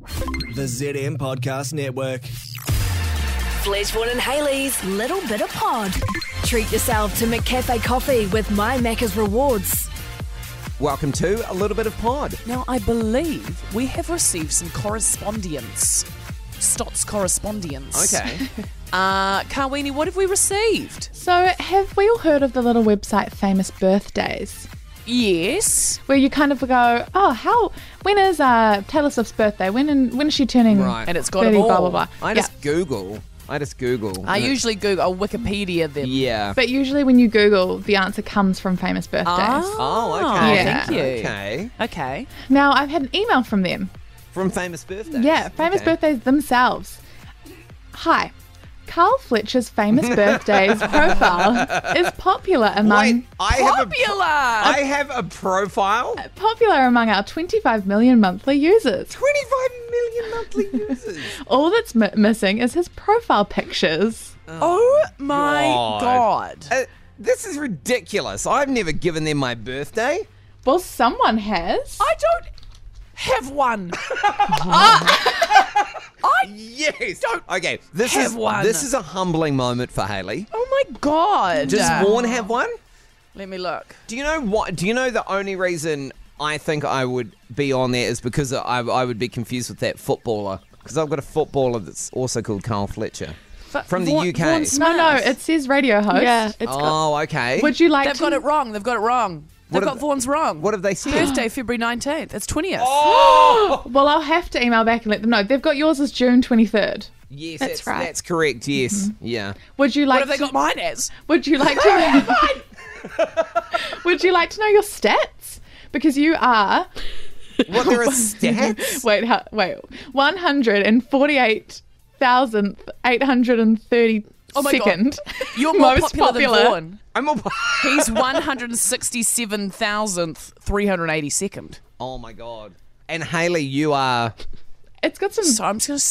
The ZM Podcast Network. Fleshborn and Haley's Little Bit of Pod. Treat yourself to McCafe coffee with My Macca's Rewards. Welcome to a little bit of pod. Now, I believe we have received some correspondence. Stot's correspondence. Okay. Uh, Carwini, what have we received? So, have we all heard of the little website Famous Birthdays? Yes. Where you kind of go, oh, how, when is uh, Taylor Swift's birthday? When in, when is she turning? Right. And it's got 30, them all. blah, blah, blah. I Yeah. just Google. I just Google. I usually Google oh, Wikipedia them. Yeah. But usually when you Google, the answer comes from Famous Birthdays. Ah. Oh, okay. Yeah. Thank you. Okay. Okay. Now, I've had an email from them. From famous birthdays. Yeah, famous Okay. birthdays themselves. Hi. Carl Fletcher's famous birthdays profile is popular among Wait, I have a Popular. I have a profile. popular among our 25 million monthly users. 25 million monthly users. All that's m- missing is his profile pictures. oh my God. God. Uh, this is ridiculous. I've never given them my birthday. Well, someone has. I don't have one. Yes. Don't. Okay. This have is one. this is a humbling moment for Haley. oh my God. Does Vaughn have one? Let me look. Do you know what? Do you know the only reason I think I would be on there is because I, I would be confused with that footballer because I've got a footballer that's also called Carl Fletcher from the Vaughan- UK. Vaughan's no, no, Nice. it says radio host. Yeah, it's got, oh, okay. Would you like They've to? got it wrong. They've got it wrong. They've have got they- Vaughn's wrong. what Oh. have they said? Thursday, February 19th. It's 20th. well, I'll have to email back and let them know. They've got yours as June 23rd. yes, That's that's right. Mm-hmm. That's correct. Yes. Yeah. Would you what like? have they to, got mine as? Would you like to? would you like to know your stats? Because you are What there are stats? wait how, wait one hundred and forty eight thousand eight hundred and thirty Oh my God. You're more most popular, popular. than Vaughan. I'm all. He's 167,382nd. Oh my god. And Haley, you are It's got some. So I'm just going to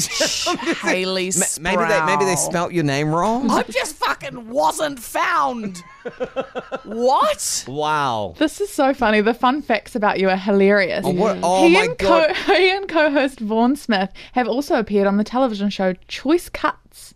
search Haley ma- maybe they maybe they Sproul. spelt your name wrong. I just fucking wasn't found. what? Wow. This is so funny. The fun facts about you are hilarious. Oh, what- oh he my and god. Co- he and co-host Vaughn Smith have also appeared on the television show Choice Cuts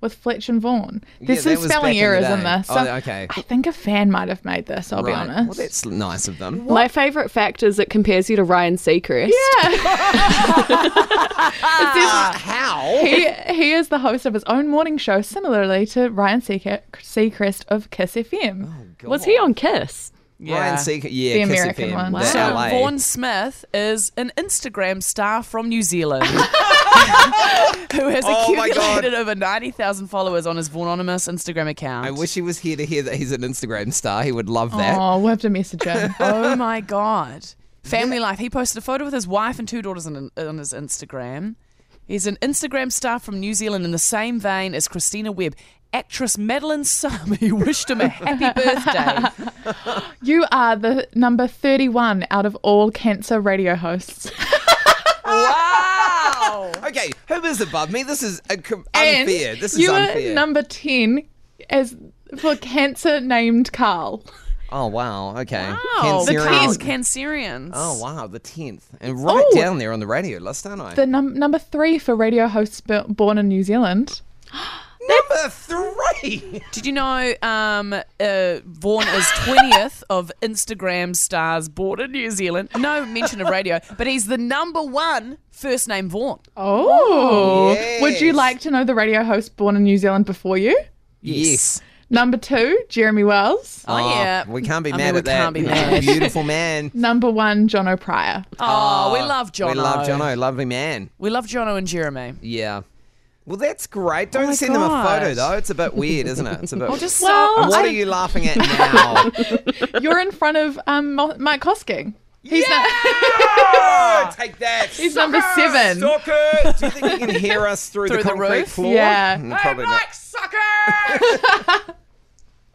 with Fletch and Vaughn. Yeah, There's that some was back spelling in the errors in, day. this. Oh, So okay. I think a fan might have made this. I'll be Right. honest. Well, that's nice of them. my favourite fact is it compares you to Ryan Seacrest. yeah. It Ah! says How? he, he is the host of his own morning show, similarly to Ryan Seacre- Seacrest of Kiss FM. Was he on Kiss? Ryan Yeah. Seacrest. Yeah, The Kiss American FM, one. the Wow. So LA. Vaughan Smith is an Instagram star from New Zealand who has Oh my God. accumulated over 90,000 followers on his Vaughnonymous Instagram account. I wish he was here to hear that he's an Instagram star. He would love that. Oh, we'll have to message him. Oh my god. Family life. He posted a photo with his wife and two daughters on, on his Instagram. He's an Instagram star from New Zealand in the same vein as Christina Webb, actress Madeline Sum, who wished him a happy birthday. you are the number 31 out of all cancer radio hosts. wow. Okay, who is above me? This is uh, com- And unfair. This is you unfair. were number 10 as for cancer named Carl. oh wow. Okay. Oh, the Cancerians. Cancer- Cancerians. Oh wow, the tenth, and right Oh. down there on the radio list, aren't I? The num- number 3 for radio hosts b- born in New Zealand. Number three. Did you know um, uh, Vaughan is 20th of Instagram stars born in New Zealand? No mention of radio, but he's the number one first name Vaughan. Oh. Would you yes. like to know the radio host born in New Zealand before you? Yes. Number 2, Jeremy Wells. Oh, yeah. we can't be I mad mean, we at that. can't be mad. Beautiful man. Number 1, John O'Pryor. Oh, we love Jono. Ah, We love Jono, lovely man. We love Jono and Jeremy. Yeah. Well, that's great. Don't Oh my send them a photo gosh. though. It's a bit weird, isn't it? It's a bit. Oh, just Well, And so. what are you laughing at now? You're in front of um, Mo- Mike Hosking. He's yeah! Oh, take that. He's number seven. Stalker! Do you think you can hear us through, Through the the concrete roof? floor? Yeah. Mm, probably not.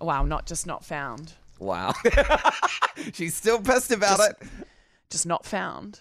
Wow, not just not found. Wow. She's still pissed about it. Just not found.